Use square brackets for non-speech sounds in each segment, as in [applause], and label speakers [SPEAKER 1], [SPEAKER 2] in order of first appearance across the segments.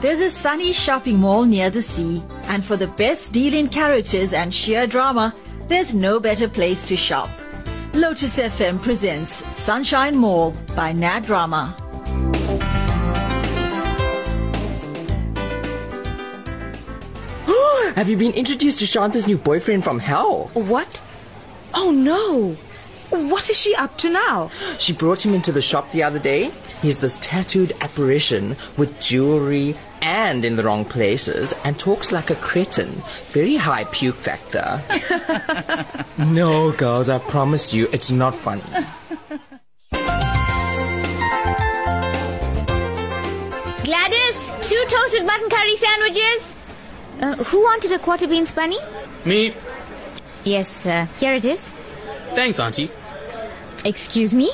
[SPEAKER 1] There's a sunny shopping mall near the sea, and for the best deal in carriages and sheer drama, there's no better place to shop. Lotus FM presents Sunshine Mall by Nadrama.
[SPEAKER 2] Have you been introduced to Shanta's new boyfriend from hell?
[SPEAKER 3] What? Oh no! What is she up to now?
[SPEAKER 2] She brought him into the shop the other day. He's this tattooed apparition with jewelry and in the wrong places and talks like a cretin. Very high puke factor. [laughs] no, girls, I promise you, it's not funny.
[SPEAKER 4] Gladys, two toasted mutton curry sandwiches. Uh, who wanted a quarter beans bunny?
[SPEAKER 5] Me.
[SPEAKER 4] Yes, uh, here it is.
[SPEAKER 5] Thanks, Auntie.
[SPEAKER 4] Excuse me?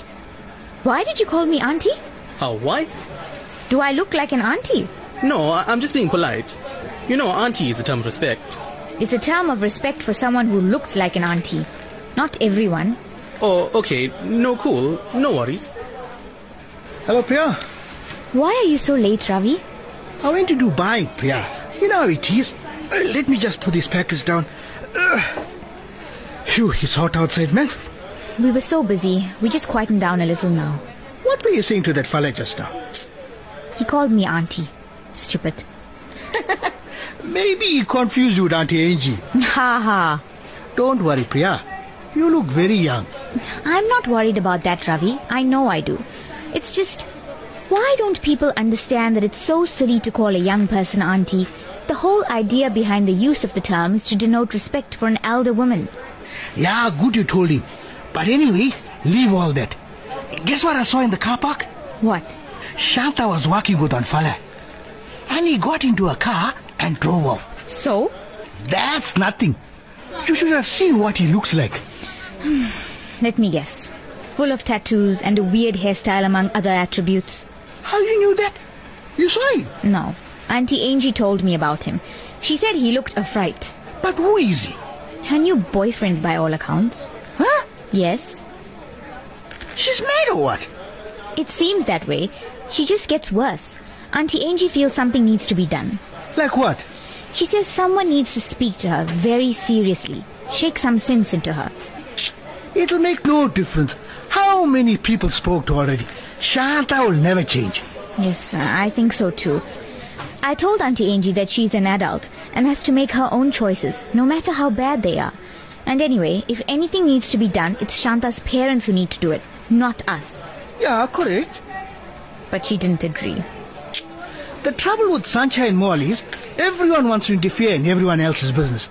[SPEAKER 4] Why did you call me auntie?
[SPEAKER 5] Oh, why?
[SPEAKER 4] Do I look like an auntie?
[SPEAKER 5] No, I- I'm just being polite. You know, Auntie is a term of respect.
[SPEAKER 4] It's a term of respect for someone who looks like an auntie. Not everyone.
[SPEAKER 5] Oh, okay. No, cool. No worries.
[SPEAKER 6] Hello, Priya.
[SPEAKER 4] Why are you so late, Ravi?
[SPEAKER 6] I went to Dubai, Priya. You know how it is. Uh, Let me just put these packets down. Ugh. Phew, it's hot outside, man.
[SPEAKER 4] We were so busy. We just quietened down a little now.
[SPEAKER 6] What were you saying to that fella just now?
[SPEAKER 4] He called me auntie. Stupid.
[SPEAKER 6] Maybe he confused you with Auntie Angie.
[SPEAKER 4] Ha ha.
[SPEAKER 6] Don't worry, Priya. You look very young.
[SPEAKER 4] I'm not worried about that, Ravi. I know I do. It's just, why don't people understand that it's so silly to call a young person auntie? The whole idea behind the use of the term is to denote respect for an elder woman.
[SPEAKER 6] Yeah, good you told him. But anyway, leave all that. Guess what I saw in the car park?
[SPEAKER 4] What?
[SPEAKER 6] Shanta was walking with one fella. And he got into a car and drove off.
[SPEAKER 4] So?
[SPEAKER 6] That's nothing. You should have seen what he looks like.
[SPEAKER 4] Let me guess. Full of tattoos and a weird hairstyle among other attributes.
[SPEAKER 6] How you knew that? You saw him.
[SPEAKER 4] No. Auntie Angie told me about him. She said he looked a fright.
[SPEAKER 6] But who is he?
[SPEAKER 4] Her new boyfriend, by all accounts.
[SPEAKER 6] Huh?
[SPEAKER 4] Yes,
[SPEAKER 6] She's mad or what?
[SPEAKER 4] it seems that way. She just gets worse. Auntie Angie feels something needs to be done.
[SPEAKER 6] Like what?
[SPEAKER 4] She says someone needs to speak to her very seriously, shake some sense into her.
[SPEAKER 6] It'll make no difference. How many people spoke to already? Shanta will never change.
[SPEAKER 4] Yes, I think so too. I told Auntie Angie that she's an adult and has to make her own choices, no matter how bad they are. And anyway, if anything needs to be done, it's Shanta's parents who need to do it, not us.
[SPEAKER 6] Yeah, correct.
[SPEAKER 4] But she didn't agree.
[SPEAKER 6] The trouble with Sancha and Mall is everyone wants to interfere in everyone else's business.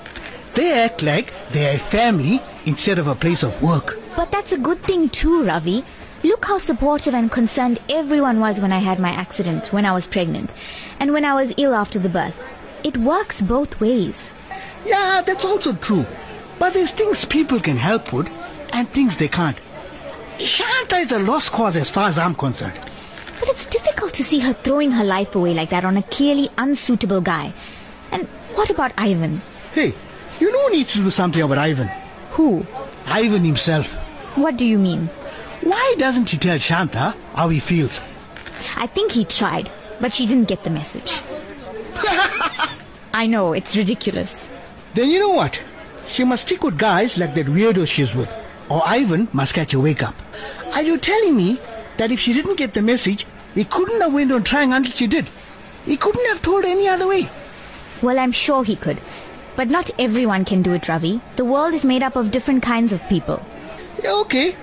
[SPEAKER 6] They act like they're a family instead of a place of work.
[SPEAKER 4] But that's a good thing too, Ravi. Look how supportive and concerned everyone was when I had my accident, when I was pregnant, and when I was ill after the birth. It works both ways.
[SPEAKER 6] Yeah, that's also true. But there's things people can help with and things they can't. Shanta is a lost cause as far as I'm concerned.
[SPEAKER 4] But it's difficult to see her throwing her life away like that on a clearly unsuitable guy. And what about Ivan?
[SPEAKER 6] Hey, you know who needs to do something about Ivan?
[SPEAKER 4] Who?
[SPEAKER 6] Ivan himself.
[SPEAKER 4] What do you mean?
[SPEAKER 6] Why doesn't he tell Shanta how he feels?
[SPEAKER 4] I think he tried, but she didn't get the message. [laughs] I know, it's ridiculous.
[SPEAKER 6] Then you know what? She must stick with guys like that weirdo she's with. Or Ivan must catch a wake up. Are you telling me that if she didn't get the message, he couldn't have went on trying until she did? He couldn't have told any other way.
[SPEAKER 4] Well, I'm sure he could. But not everyone can do it, Ravi. The world is made up of different kinds of people.
[SPEAKER 6] Yeah, okay.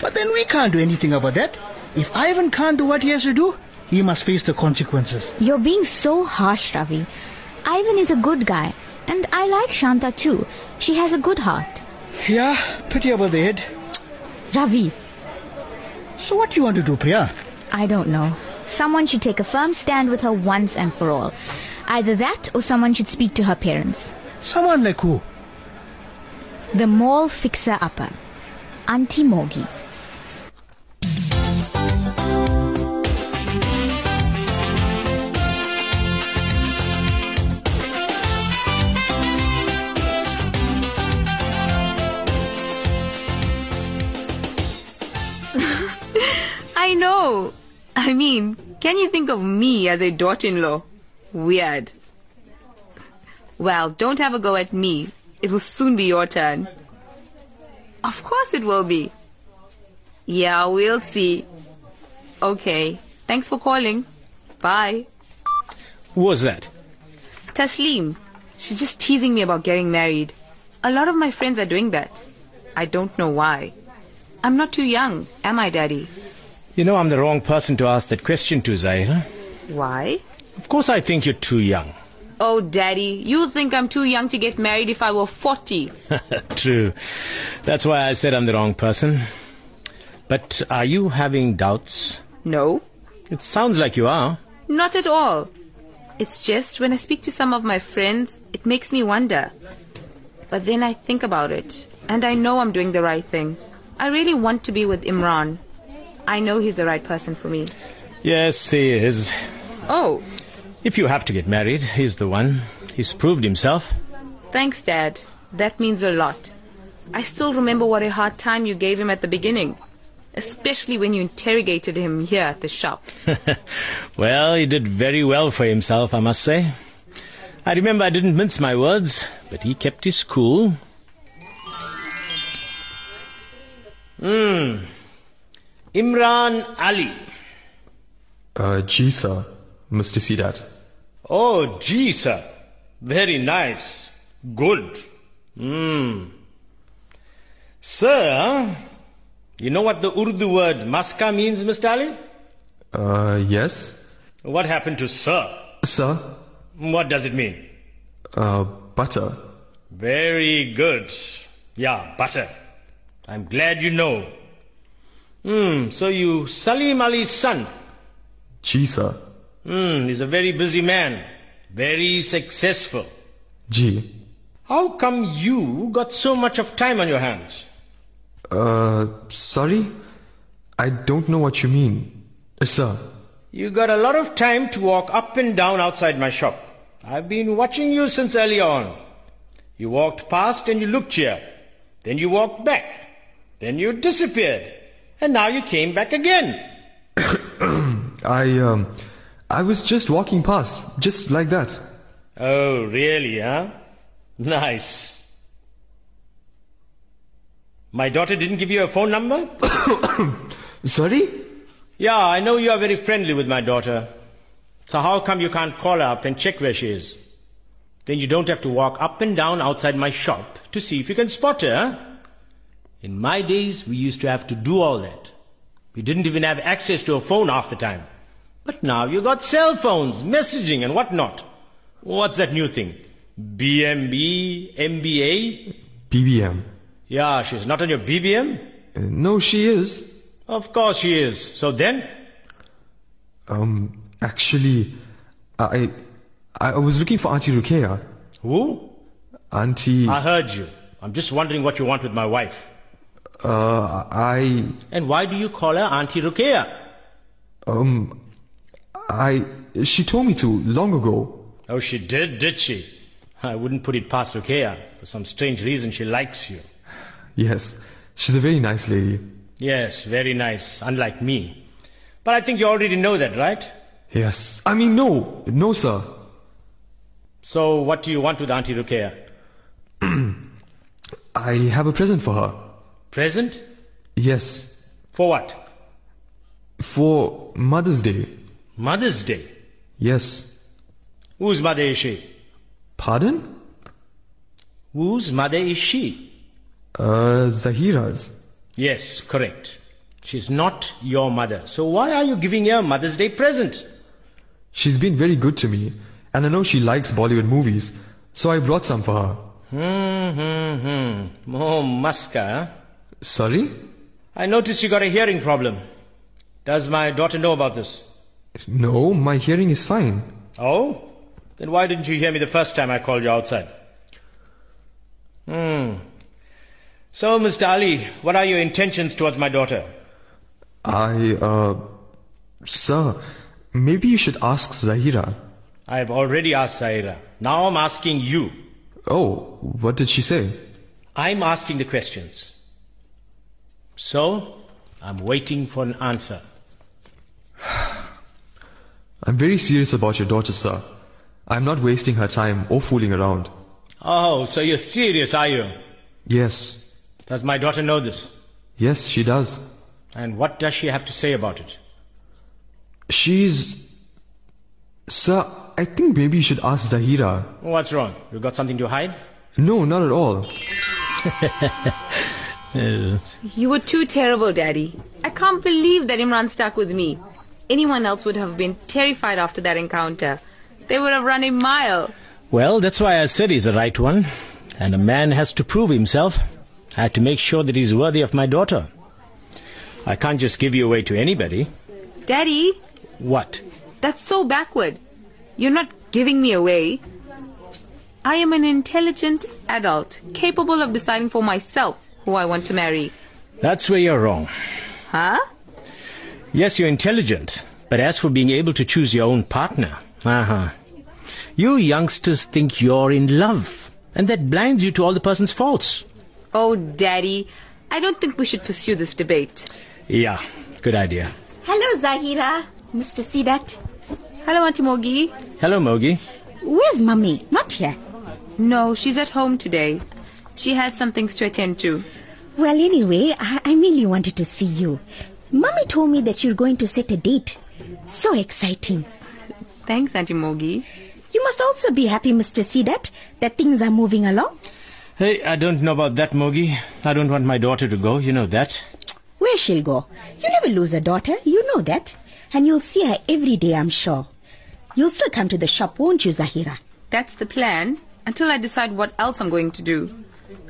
[SPEAKER 6] But then we can't do anything about that. If Ivan can't do what he has to do, he must face the consequences.
[SPEAKER 4] You're being so harsh, Ravi. Ivan is a good guy, and I like Shanta too. She has a good heart.
[SPEAKER 6] Yeah, pity about the head.
[SPEAKER 4] Ravi,
[SPEAKER 6] So what do you want to do, Priya?
[SPEAKER 4] I don't know. Someone should take a firm stand with her once and for all. Either that or someone should speak to her parents.
[SPEAKER 6] Someone like who?
[SPEAKER 4] The mall fixer upper. Auntie Mogi.
[SPEAKER 3] I know. I mean, can you think of me as a daughter in law?
[SPEAKER 7] Weird. Well, don't have a go at me. It will soon be your turn. Of course it will be. Yeah, we'll see. Okay. Thanks for calling. Bye.
[SPEAKER 5] Who was that?
[SPEAKER 7] Taslim. She's just teasing me about getting married. A lot of my friends are doing that. I don't know why. I'm not too young, am I, Daddy?
[SPEAKER 8] You know, I'm the wrong person to ask that question to, Zaira.
[SPEAKER 7] Why?
[SPEAKER 8] Of course, I think you're too young.
[SPEAKER 7] Oh, Daddy, you think I'm too young to get married if I were 40.
[SPEAKER 8] True. That's why I said I'm the wrong person. But are you having doubts?
[SPEAKER 7] No,
[SPEAKER 8] It sounds like you are.
[SPEAKER 7] not at all. It's just when I speak to some of my friends, it makes me wonder. But then I think about it, and I know I'm doing the right thing. I really want to be with Imran. I know he's the right person for me.
[SPEAKER 8] Yes, he is.
[SPEAKER 7] Oh,
[SPEAKER 8] If you have to get married, he's the one. He's proved himself.
[SPEAKER 7] Thanks, Dad. That means a lot. I still remember what a hard time you gave him at the beginning, especially when you interrogated him here at the shop.
[SPEAKER 8] [laughs] Well, he did very well for himself, I must say. I remember I didn't mince my words, but he kept his cool. Hmm. Hmm. Imran Ali.
[SPEAKER 9] Uh, gee, sir. Mr. Sidat.
[SPEAKER 8] Oh, gee, sir. Very nice. Good. Hmm. Sir, you know what the Urdu word maska means, Mr. Ali?
[SPEAKER 9] Uh, yes?
[SPEAKER 8] What happened to sir?
[SPEAKER 9] Sir?
[SPEAKER 8] What does it mean?
[SPEAKER 9] Uh, butter.
[SPEAKER 8] Very good. Yeah, butter. I'm glad you know. Hmm, so you Salim Ali's son.
[SPEAKER 9] Gee, sir.
[SPEAKER 8] Hmm, he's a very busy man. Very successful.
[SPEAKER 9] Gee.
[SPEAKER 8] How come you got so much of time on your hands?
[SPEAKER 9] Uh, sorry? I don't know what you mean. Uh, sir.
[SPEAKER 8] You got a lot of time to walk up and down outside my shop. I've been watching you since early on. You walked past and you looked here. Then you walked back. Then you disappeared. And now you came back again.
[SPEAKER 9] I, um, I was just walking past, just like that.
[SPEAKER 8] Oh, really, huh? Nice. My daughter didn't give you a phone number?
[SPEAKER 9] Sorry?
[SPEAKER 8] yeah, I know you are very friendly with my daughter. So how come you can't call her up and check where she is? Then you don't have to walk up and down outside my shop to see if you can spot her. huh? In my days, we used to have to do all that. We didn't even have access to a phone half the time. But now you got cell phones, messaging, and whatnot. What's that new thing? BMB, MBA?
[SPEAKER 9] BBM.
[SPEAKER 8] Yeah, she's not on your BBM?
[SPEAKER 9] Uh, no, she is.
[SPEAKER 8] Of course she is. So then?
[SPEAKER 9] Um, actually, I, I I was looking for Auntie Rukia.
[SPEAKER 8] Who?
[SPEAKER 9] Auntie,
[SPEAKER 8] I heard you. I'm just wondering what you want with my wife.
[SPEAKER 9] uh, I,
[SPEAKER 8] And why do you call her Auntie Rukia?
[SPEAKER 9] um, I, she told me to long ago.
[SPEAKER 8] Oh, she did, did she? I wouldn't put it past Rukia. For some strange reason, she likes you.
[SPEAKER 9] Yes, she's a very nice lady.
[SPEAKER 8] Yes, very nice, unlike me. But I think you already know that, right?
[SPEAKER 9] Yes. I mean, no, no, sir.
[SPEAKER 8] So what do you want with Auntie Rukia?
[SPEAKER 9] I have a present for her.
[SPEAKER 8] Present?
[SPEAKER 9] Yes,
[SPEAKER 8] For what?
[SPEAKER 9] for Mother's Day.
[SPEAKER 8] Mother's Day.
[SPEAKER 9] Yes.
[SPEAKER 8] Whose mother is she?
[SPEAKER 9] Pardon?
[SPEAKER 8] Whose mother is she?
[SPEAKER 9] Uh, Zahira's.
[SPEAKER 8] Yes, correct. She's not your mother. So why are you giving her a Mother's Day present?
[SPEAKER 9] She's been very good to me, and I know she likes Bollywood movies, so I brought some for her.
[SPEAKER 8] Mm-hmm. Oh, Muska. huh?
[SPEAKER 9] Sorry?
[SPEAKER 8] I noticed you got a hearing problem. Does my daughter know about this?
[SPEAKER 9] No, my hearing is fine.
[SPEAKER 8] Oh? Then why didn't you hear me the first time I called you outside? Hmm. So, Mr. Ali, what are your intentions towards my daughter?
[SPEAKER 9] I, uh, sir, maybe you should ask Zahira.
[SPEAKER 8] I have already asked Zaira. Now I'm asking you.
[SPEAKER 9] Oh, what did she say?
[SPEAKER 8] I'm asking the questions. So, I'm waiting for an answer.
[SPEAKER 9] I'm very serious about your daughter, sir. I'm not wasting her time or fooling around.
[SPEAKER 8] Oh, so you're serious, are you?
[SPEAKER 9] Yes.
[SPEAKER 8] Does my daughter know this?
[SPEAKER 9] Yes, she does.
[SPEAKER 8] And what does she have to say about it?
[SPEAKER 9] She's. Sir, I think maybe you should ask Zahira.
[SPEAKER 8] What's wrong? You got something to hide?
[SPEAKER 9] No, not at all.
[SPEAKER 7] You were too terrible, Daddy. I can't believe that Imran stuck with me. Anyone else would have been terrified after that encounter. They would have run a mile.
[SPEAKER 8] Well, that's why I said he's the right one. And a man has to prove himself. I have to make sure that he's worthy of my daughter. I can't just give you away to anybody.
[SPEAKER 7] Daddy,
[SPEAKER 8] What?
[SPEAKER 7] that's so backward. You're not giving me away. I am an intelligent adult, capable of deciding for myself who I want to marry.
[SPEAKER 8] That's where you're wrong.
[SPEAKER 7] Huh?
[SPEAKER 8] Yes, you're intelligent, but as for being able to choose your own partner, uh huh. You youngsters think you're in love, and that blinds you to all the person's faults.
[SPEAKER 7] Oh, Daddy, I don't think we should pursue this debate.
[SPEAKER 8] Yeah, good idea.
[SPEAKER 10] Hello, Zahira. Mr. Sidat.
[SPEAKER 7] Hello, Auntie Mogi.
[SPEAKER 8] Hello, Mogi.
[SPEAKER 10] Where's Mummy? Not here.
[SPEAKER 7] No, she's at home today. She had some things to attend to.
[SPEAKER 10] Well, anyway, I, I really wanted to see you. Mummy told me that you're going to set a date. So exciting.
[SPEAKER 7] Thanks, Auntie Mogi.
[SPEAKER 10] You must also be happy, Mr. Sidat, that things are moving along.
[SPEAKER 8] Hey, I don't know about that, Mogi. I don't want my daughter to go, you know that.
[SPEAKER 10] Where she'll go. You never lose a daughter, you know that. And you'll see her every day, I'm sure. You'll still come to the shop, won't you, Zahira?
[SPEAKER 7] That's the plan until I decide what else I'm going to do.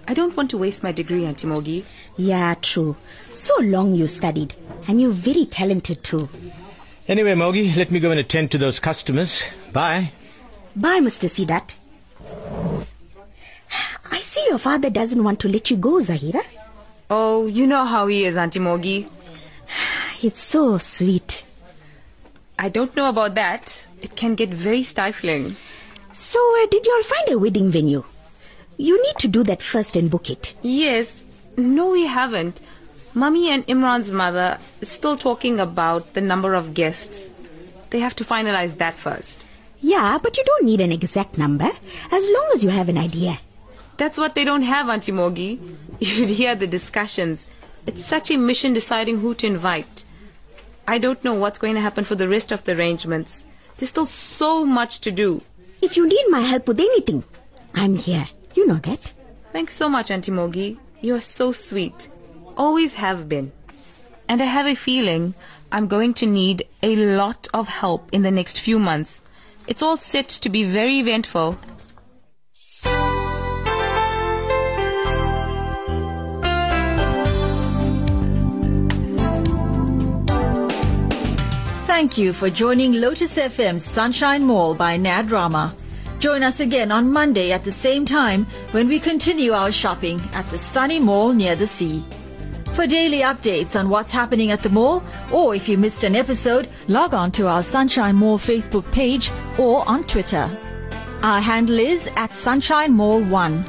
[SPEAKER 7] I don't want to waste my degree, Auntie Mogi.
[SPEAKER 10] Yeah, true. So long you studied, and you're very talented too.
[SPEAKER 8] Anyway, Mogi, let me go and attend to those customers. Bye.
[SPEAKER 10] Bye, Mr. Sidat. I see your father doesn't want to let you go, Zahira.
[SPEAKER 7] Oh, you know how he is, Auntie Mogi.
[SPEAKER 10] It's so sweet.
[SPEAKER 7] I don't know about that. It can get very stifling.
[SPEAKER 10] So, uh, did you all find a wedding venue? You need to do that first and book it.
[SPEAKER 7] Yes. No, we haven't. Mummy and Imran's mother is still talking about the number of guests. They have to finalize that first.
[SPEAKER 10] Yeah, but you don't need an exact number, as long as you have an idea.
[SPEAKER 7] That's what they don't have, Auntie Mogi. [laughs] You should hear the discussions. It's such a mission deciding who to invite. I don't know what's going to happen for the rest of the arrangements. There's still so much to do.
[SPEAKER 10] If you need my help with anything, I'm here. You know that.
[SPEAKER 7] Thanks so much, Auntie Mogi. You are so sweet. Always have been. And I have a feeling I'm going to need a lot of help in the next few months. It's all set to be very eventful.
[SPEAKER 1] Thank you for joining Lotus FM's Sunshine Mall by Nadrama. Join us again on Monday at the same time when we continue our shopping at the sunny mall near the sea. For daily updates on what's happening at the mall, or if you missed an episode, log on to our Sunshine Mall Facebook page or on Twitter. Our handle is at Sunshine Mall 1.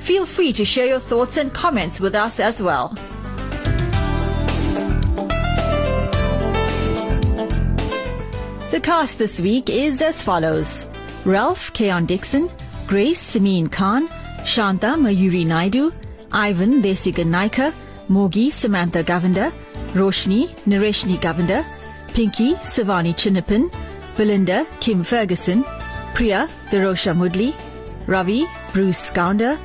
[SPEAKER 1] Feel free to share your thoughts and comments with us as well. The cast this week is as follows Ralph Keon Dixon, Grace Samin Khan, Shanta Mayuri Naidu, Ivan Desigan Naika, Mogi Samantha Govender, Roshni Nareshni Govender, Pinky Savani Chinnapan, Belinda Kim Ferguson, Priya Darosha Mudli, Ravi Bruce Scounder,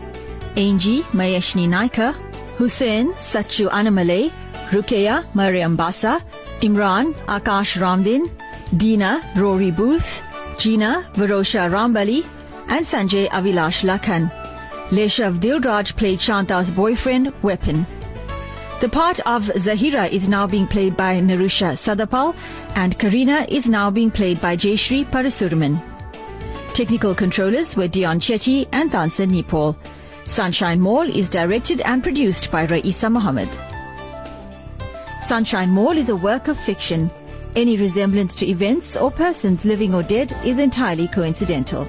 [SPEAKER 1] Angie Mayeshni Naika, Hussein Sachu Anamale, Rukeya Mariambasa, Imran Akash Ramdin, Dina Rory Booth, Gina Varosha Rambali, and Sanjay Avilash Lakhan. Leshav Dilraj played Shanta's boyfriend, Weapon. The part of Zahira is now being played by Narusha Sadapal, and Karina is now being played by Jayshree Parasurman. Technical controllers were Dion Chetty and Tansa Nipal. Sunshine Mall is directed and produced by Raisa Mohammed. Sunshine Mall is a work of fiction. Any resemblance to events or persons living or dead is entirely coincidental.